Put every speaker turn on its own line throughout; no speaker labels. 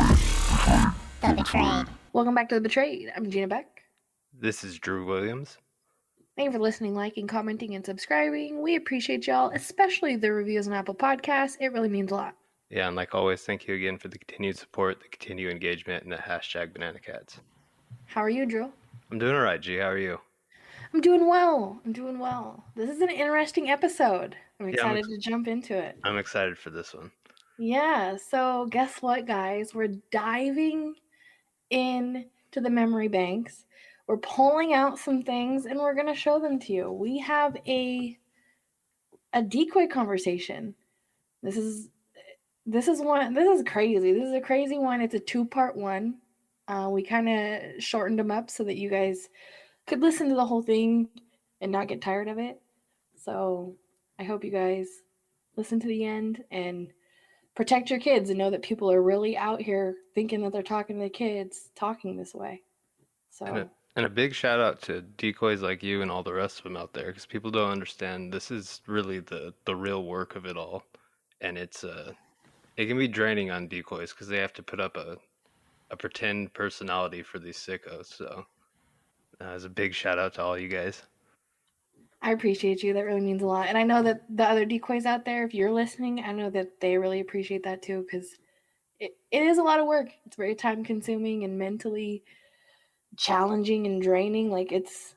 The Betrayed.
Welcome back to The Betrayed. I'm Gina Beck.
This is Drew Williams.
Thank you for listening, liking, commenting, and subscribing. We appreciate y'all, especially the reviews on Apple Podcasts. It really means a lot.
Yeah, and like always, thank you again for the continued support, the continued engagement, and the hashtag banana cats.
How are you, Drew?
I'm doing all right, G. How are you?
I'm doing well. I'm doing well. This is an interesting episode. I'm
Yeah, I'm
excited to jump into it.
I'm excited for this one.
Yeah, so guess what, guys? We're diving in to the memory banks. We're pulling out some things and we're going to show them to you. We have a a decoy conversation. This is this is one this is crazy. This is a crazy one. It's a two-part one. Uh, we kind of shortened them up so that you guys could listen to the whole thing and not get tired of it. So, I hope you guys listen to the end and protect your kids and know that people are really out here thinking that they're talking to the kids talking this way. So,
And a big shout out to decoys like you and all the rest of them out there, because people don't understand this is really the the real work of it all, and it's uh, it can be draining on decoys because they have to put up a a pretend personality for these sickos. So, uh, it's a big shout out to all you guys.
I appreciate you. That really means a lot. And I know that the other decoys out there, if you're listening, I know that they really appreciate that too because it, it is a lot of work. It's very time consuming and mentally challenging and draining. Like it's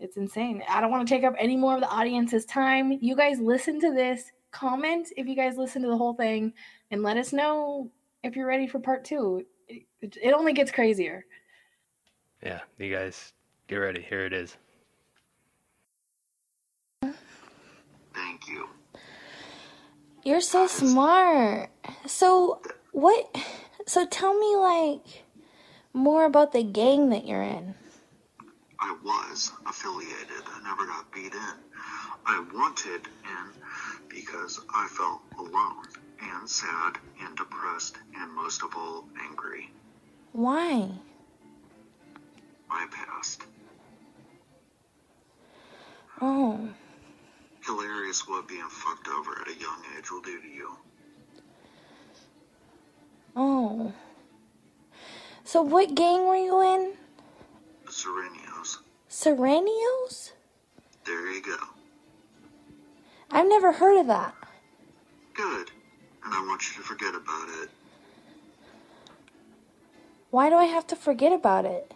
it's insane. I don't want to take up any more of the audience's time. You guys listen to this. Comment if you guys listen to the whole thing and let us know if you're ready for part two. It, it, it only gets crazier.
Yeah, you guys get ready. Here it is.
Thank you.
You're so smart. So what so tell me like more about the gang that you're in.
I was affiliated. I never got beat in. I wanted in because I felt alone and sad and depressed and most of all angry.
Why?
My past.
Oh,
Hilarious what being fucked over at a young age will do to you.
oh. So what gang were you in?
The Serenios.
Serenios?
There you go.
I've never heard of that.
Good. And I want you to forget about it.
Why do I have to forget about it?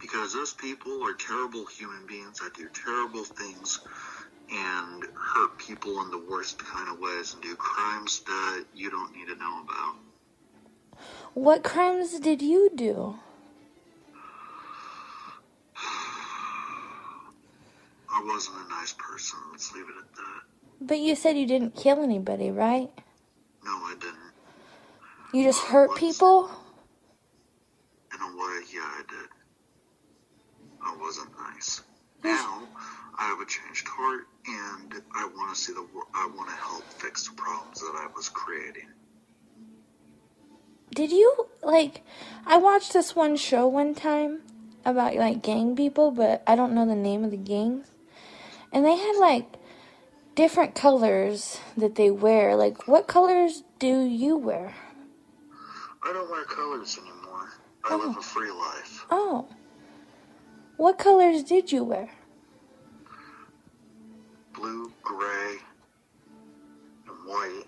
because those people are terrible human beings that do terrible things and hurt people in the worst kind of ways and do crimes that you don't need to know about.
What crimes did you do?
I wasn't a nice person, let's leave it at that.
But you said you didn't kill anybody, right?
No, I didn't.
You just hurt people?
In a way, yeah, I did. I wasn't nice. Now, I have a changed heart and I want to see the wor- I want to help fix the problems that I was creating.
Did you like? I watched this one show one time about like gang people, but I don't know the name of the gangs. And they had like different colors that they wear. Like, what colors do you wear?
I don't wear colors anymore. I live a free life.
Oh, what colors did you wear?
blue, gray, and white.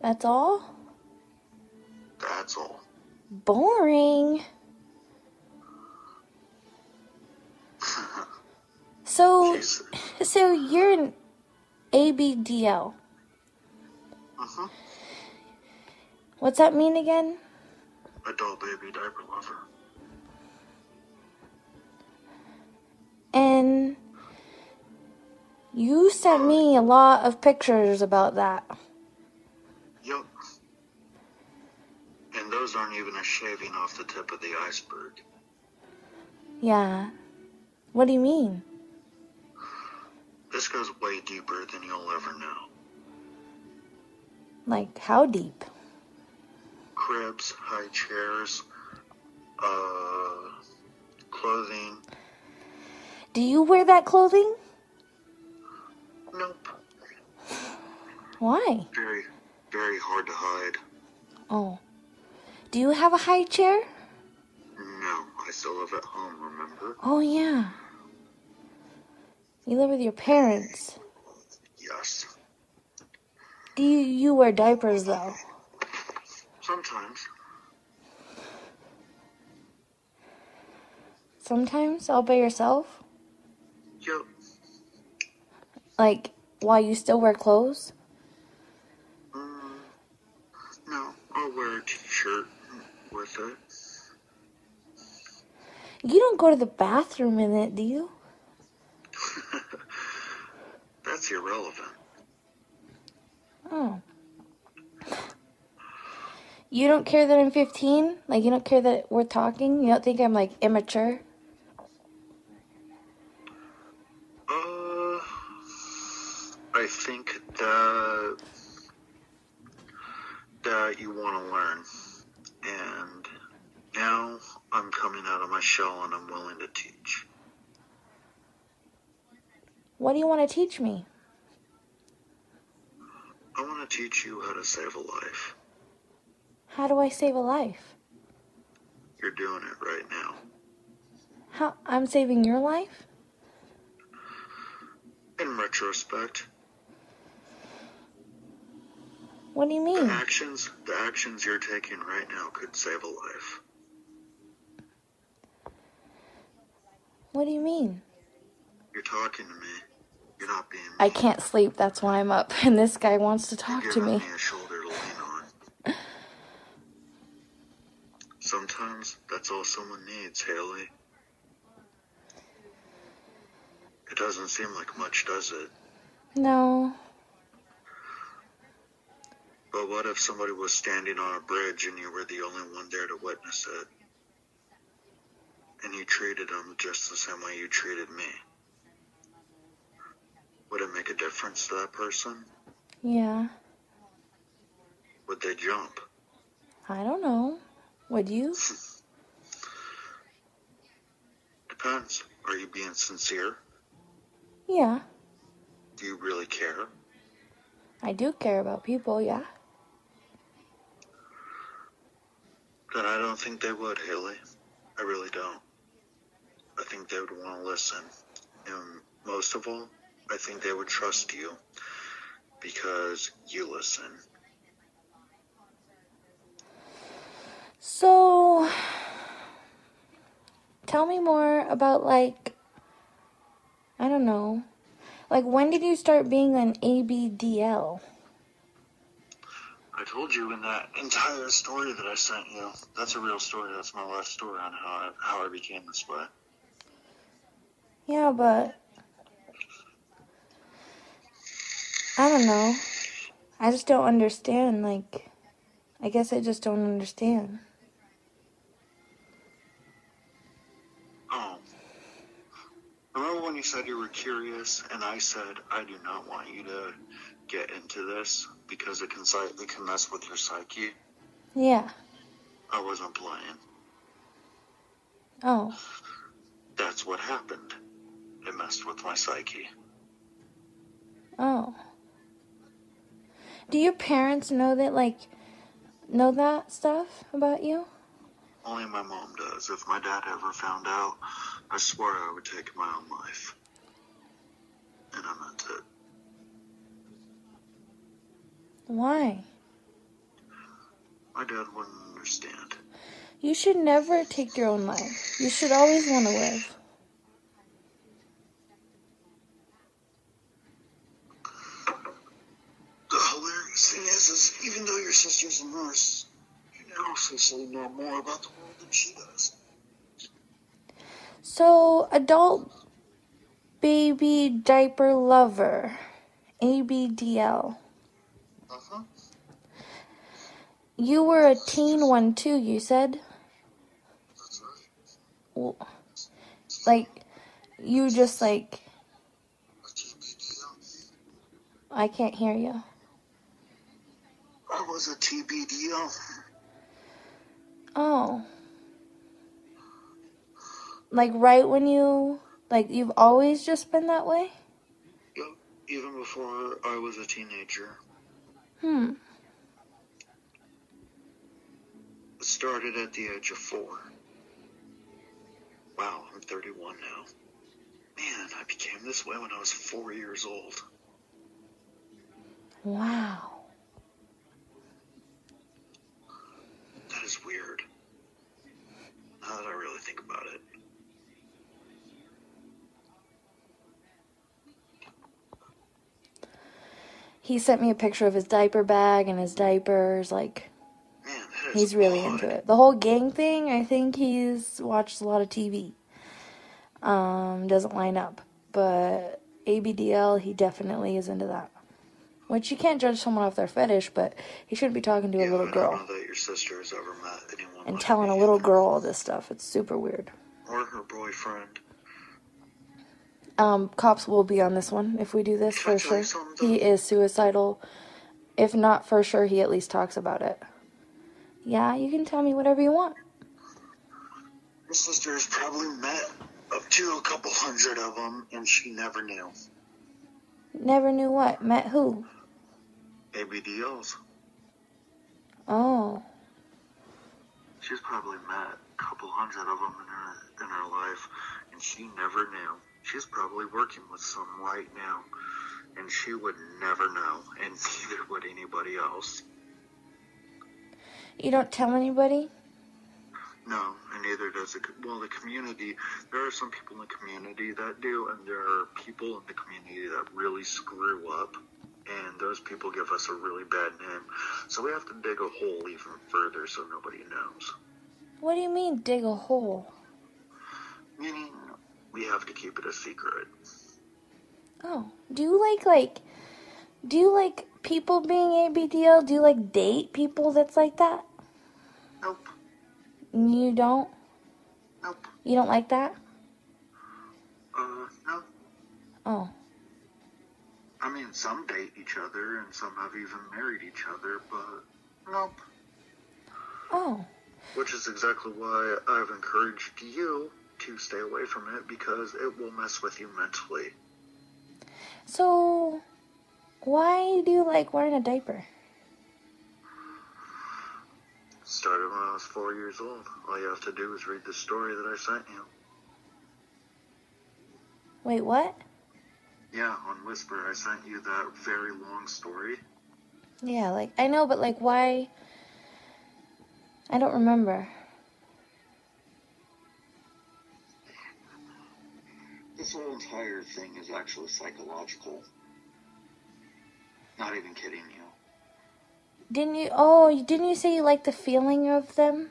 That's all.
That's all.
Boring. So,
Jeez.
so you're an ABDL.
Mhm.
What's that mean again?
Adult baby diaper lover.
And you sent me a lot of pictures about that.
Yup. And those aren't even a shaving off the tip of the iceberg.
Yeah. What do you mean?
This goes way deeper than you'll ever know.
Like, how deep?
Cribs, high chairs, uh, clothing.
Do you wear that clothing?
Nope.
Why?
Very, very hard to hide.
Oh. Do you have a high chair?
No, I still live at home, remember?
Oh, yeah. You live with your parents.
Yes.
Do you, you wear diapers, though?
Sometimes.
Sometimes all by yourself?
Yep.
Like, while you still wear clothes?
Mm, no, I'll wear a t-shirt with it.
You don't go to the bathroom in it, do you?
That's irrelevant.
Oh. You don't care that I'm 15? Like, you don't care that we're talking? You don't think I'm, like, immature?
Uh, I think that that you want to learn, and now I'm coming out of my shell and I'm willing to teach.
What do you want to teach me?
I want to teach you how to save a life.
How do I save a life?
You're doing it right now.
How I'm saving your life?
In retrospect,
What do you
the
mean?
actions the actions you're taking right now could save a life.
What do you mean?
You're talking to me. You're not being.
I
mean.
can't sleep, that's why I'm up, and this guy wants to talk
You're
to
giving
me.
a shoulder to lean on. Sometimes that's all someone needs, Haley. It doesn't seem like much, does it?
No.
But what if somebody was standing on a bridge and you were the only one there to witness it? And you treated them just the same way you treated me? Would it make a difference to that person?
Yeah.
Would they jump?
I don't know. Would you?
Depends. Are you being sincere?
Yeah.
Do you really care?
I do care about people, yeah.
Then I don't think they would, Haley. I really don't. I think they would want to listen. And most of all, I think they would trust you because you listen.
So, tell me more about like, I don't know. Like, when did you start being an ABDL?
I told you in that entire story that I sent you. That's a real story. That's my life story on how I, how I became this way.
Yeah, but. I don't know. I just don't understand. Like, I guess I just don't understand.
Oh. Remember when you said you were curious and I said I do not want you to get into this because it can psy- it can mess with your psyche?
Yeah.
I wasn't playing.
Oh.
That's what happened. It messed with my psyche.
Oh. Do your parents know that, like, know that stuff about you?
Only my mom does. If my dad ever found out, I swear I would take my own life. And I meant it.
Why?
My dad wouldn't understand.
You should never take your own life. You should always want to live.
The hilarious thing is, is even though your sister's a nurse, you now officially know more about the world than she does.
So, adult baby diaper lover, ABDL.
Uh-huh.
You were a teen one too, you said?
That's right.
W- Like, you just like,
A TBD.
I can't hear you.
I was a TBDL.
Oh. Like right when you like you've always just been that way?
Yep, even before I was a teenager.
Hmm.
It started at the age of four. Wow, I'm 31 now. Man, I became this way when I was four years old.
Wow.
That is weird. Now that I really think about it.
He sent me a picture of his diaper bag and his diapers like
Man, that is
he's really
odd.
into it. The whole gang thing, I think he's watched a lot of TV. Um doesn't line up, but ABDL he definitely is into that. Which you can't judge someone off their fetish, but he shouldn't be talking to a
Yeah,
little
I
girl.
don't know that your sister has ever met anyone
and
like
telling
me
a little girl all this stuff. It's super weird.
or her boyfriend.
Um, cops will be on this one if we do this
Can I
for
tell
sure.
you something?
He is suicidal. If not for sure, he at least talks about it. Yeah, you can tell me whatever you want.
Your sister has probably met up to a couple hundred of them, and she never knew.
Never knew what. Met who?
ABDLs.
Oh,
She's probably met a couple hundred of them in her in her life, and she never knew. She's probably working with some right now, and she would never know, and neither would anybody else.
you don't tell anybody?
No, and neither does the co- well the community. There are some people in the community that do, and there are people in the community that really screw up, and those people give us a really bad name. So we have to dig a hole even further so nobody knows.
What do you mean, dig a hole?
Meaning we have to keep it a secret.
Oh, do you like like? Do you like people being ABDL? Do you like date people that's like that?
Nope,
You don't.
nope.
You don't like that?
Uh, no.
Oh,
I mean, some date each other, and some have even married each other, but nope.
oh.
Which is exactly why I've encouraged you to stay away from it because it will mess with you mentally.
So, why do you like wearing a diaper?
Started when I was four years old. All you have to do is read the story that I sent you.
Wait, what?
Yeah, on Whisper, I sent you that very long story.
Yeah, like I know, but like why? I don't remember.
This whole entire thing is actually psychological. Not even kidding you.
Didn't you? Oh, you- didn't you say you like the feeling of them?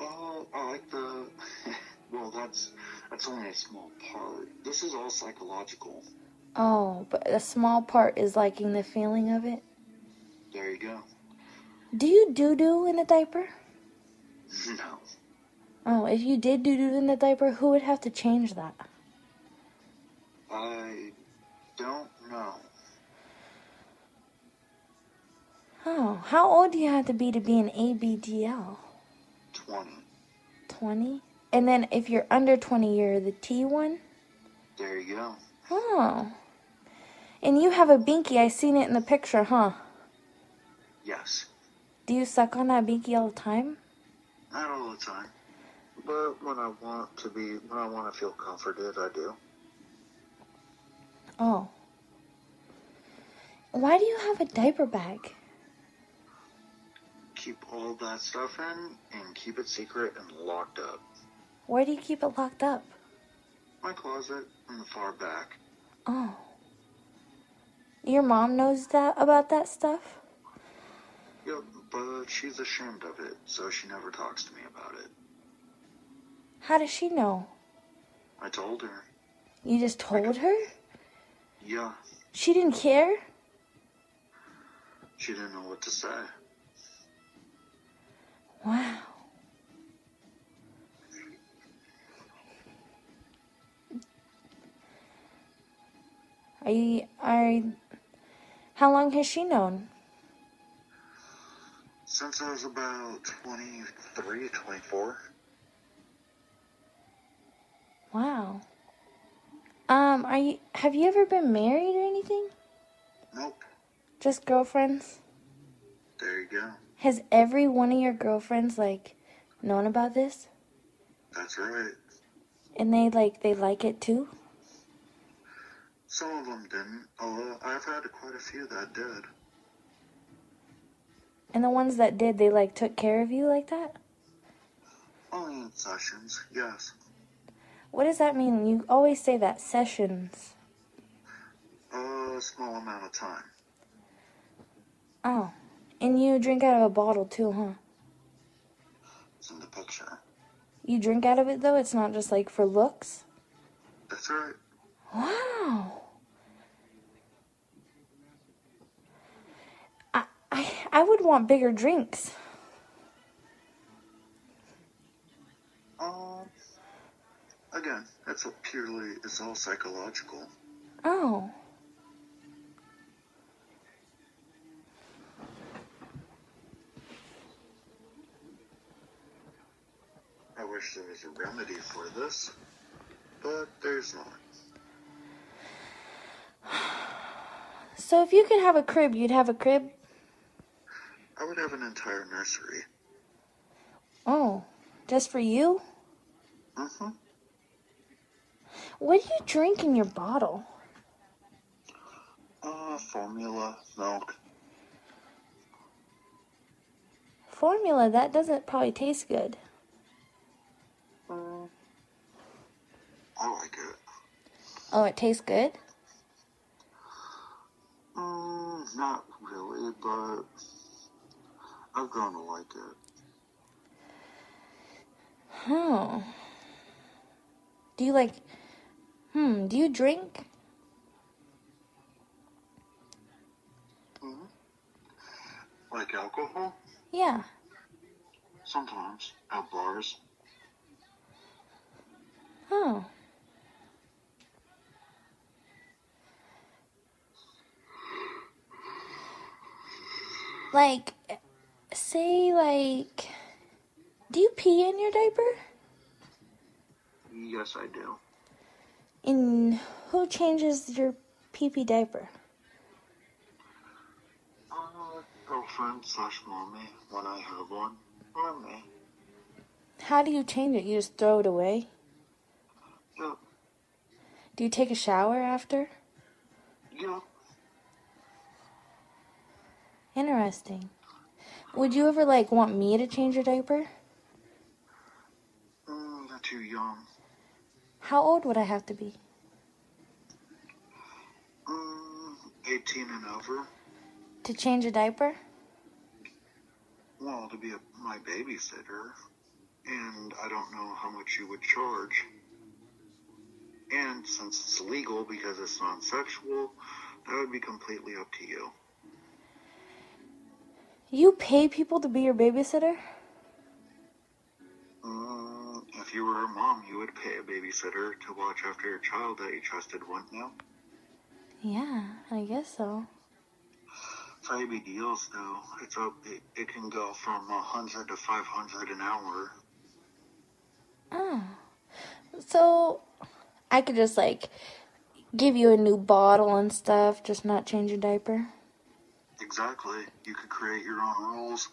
Oh, I like the. well, that's that's only a small part. This is all psychological.
Oh, but a small part is liking the feeling of it.
There you go.
Do you doo doo in a diaper?
No,
Oh, if you did doo doo in the diaper, who would have to change that?
I don't know.
Oh, how old do you have to be to be an ABDL?
Twenty.
20? And then if you're under 20, you're the T one?
There you go.
Oh. And you have a binky. I seen it in the picture, huh?
Yes.
Do you suck on that binky all the time?
Not all the time. But when I want to be, when I want to feel comforted, I do.
Oh. Why do you have a diaper bag?
Keep all that stuff in and keep it secret and locked up.
Where do you keep it locked up?
My closet in the far back.
Oh. Your mom knows that about that stuff?
Yep, but she's ashamed of it, so she never talks to me about it.
How does she know?
I told her.
You just told her?
Yeah,
She didn't care?
she didn't know what to say.
Wow. I I how long has she known?
Since I was about 23, 24.
Wow. Um, are you have you ever been married or anything?
Nope.
Just girlfriends?
There you go.
Has every one of your girlfriends like known about this?
That's right.
And they like they like it too?
Some of them didn't, although I've had quite a few that did.
And the ones that did, they like took care of you like that?
Only in sessions, yes.
What does that mean? You always say that sessions.
A small amount of time.
Oh. And you drink out of a bottle too, huh?
It's in the picture.
You drink out of it though? It's not just like for looks?
That's right.
Wow. I I, I would want bigger drinks.
Um, again, it's a purely, it's all psychological.
Oh.
I wish there was a remedy for this, but there's not.
So if you could have a crib, you'd have a crib?
I would have an entire nursery.
Oh. Just for you?
Mm-hmm.
What do you drink in your bottle?
Uh, formula, milk.
Formula, that doesn't probably taste good.
Mm. I like it.
Oh, it tastes good?
Mm, not really, but I've grown to like it.
Oh. Do you like. Hmm, do you drink?
Like alcohol?
Yeah.
Sometimes. At bars.
Oh. Like, say, like, do you pee in your diaper?
Yes, I do.
And who changes your pee pee diaper?
Uh, girlfriend slash mommy, when I have one. Or me.
How do you change it? You just throw it away?
Yep.
Do you take a shower after?
Yep.
Interesting. Would you ever, like, want me to change your diaper?
Mm, you're too young.
How old would I have to be?
Mm, 18 and over.
To change a diaper?
Well, to be a, my babysitter, and I don't know how much you would charge. And since it's legal because it's non sexual, that would be completely up to you.
You pay people to be your babysitter?
Mm, if you were a mom, you would pay a babysitter to watch after your child that you trusted, wouldn't you?
Yeah, I guess so.
Baby deals, though, it's up, it, it can go from 100 to 500 an hour.
Oh. So I could just like give you a new bottle and stuff, just not change your diaper.
Exactly. You could create your own rules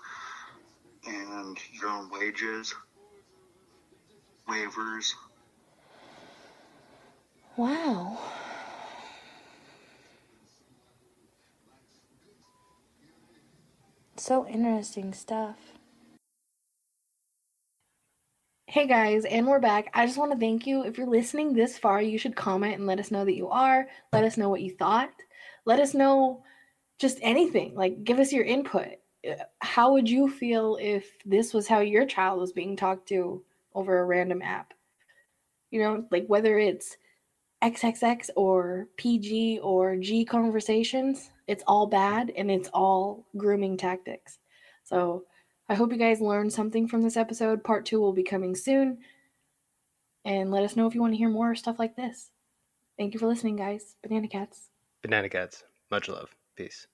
and your own wages, waivers.
Wow. So interesting stuff.
Hey guys, and we're back. I just want to thank you. If you're listening this far, you should comment and let us know that you are. Let us know what you thought. Let us know just anything. Like, give us your input. Uh, How would you feel if this was how your child was being talked to over a random app? You know, like whether it's XXX or PG or G conversations, it's all bad and it's all grooming tactics. So, I hope you guys learned something from this episode. Part two will be coming soon. And let us know if you want to hear more stuff like this. Thank you for listening, guys. Banana Cats.
Banana Cats, much love. Peace.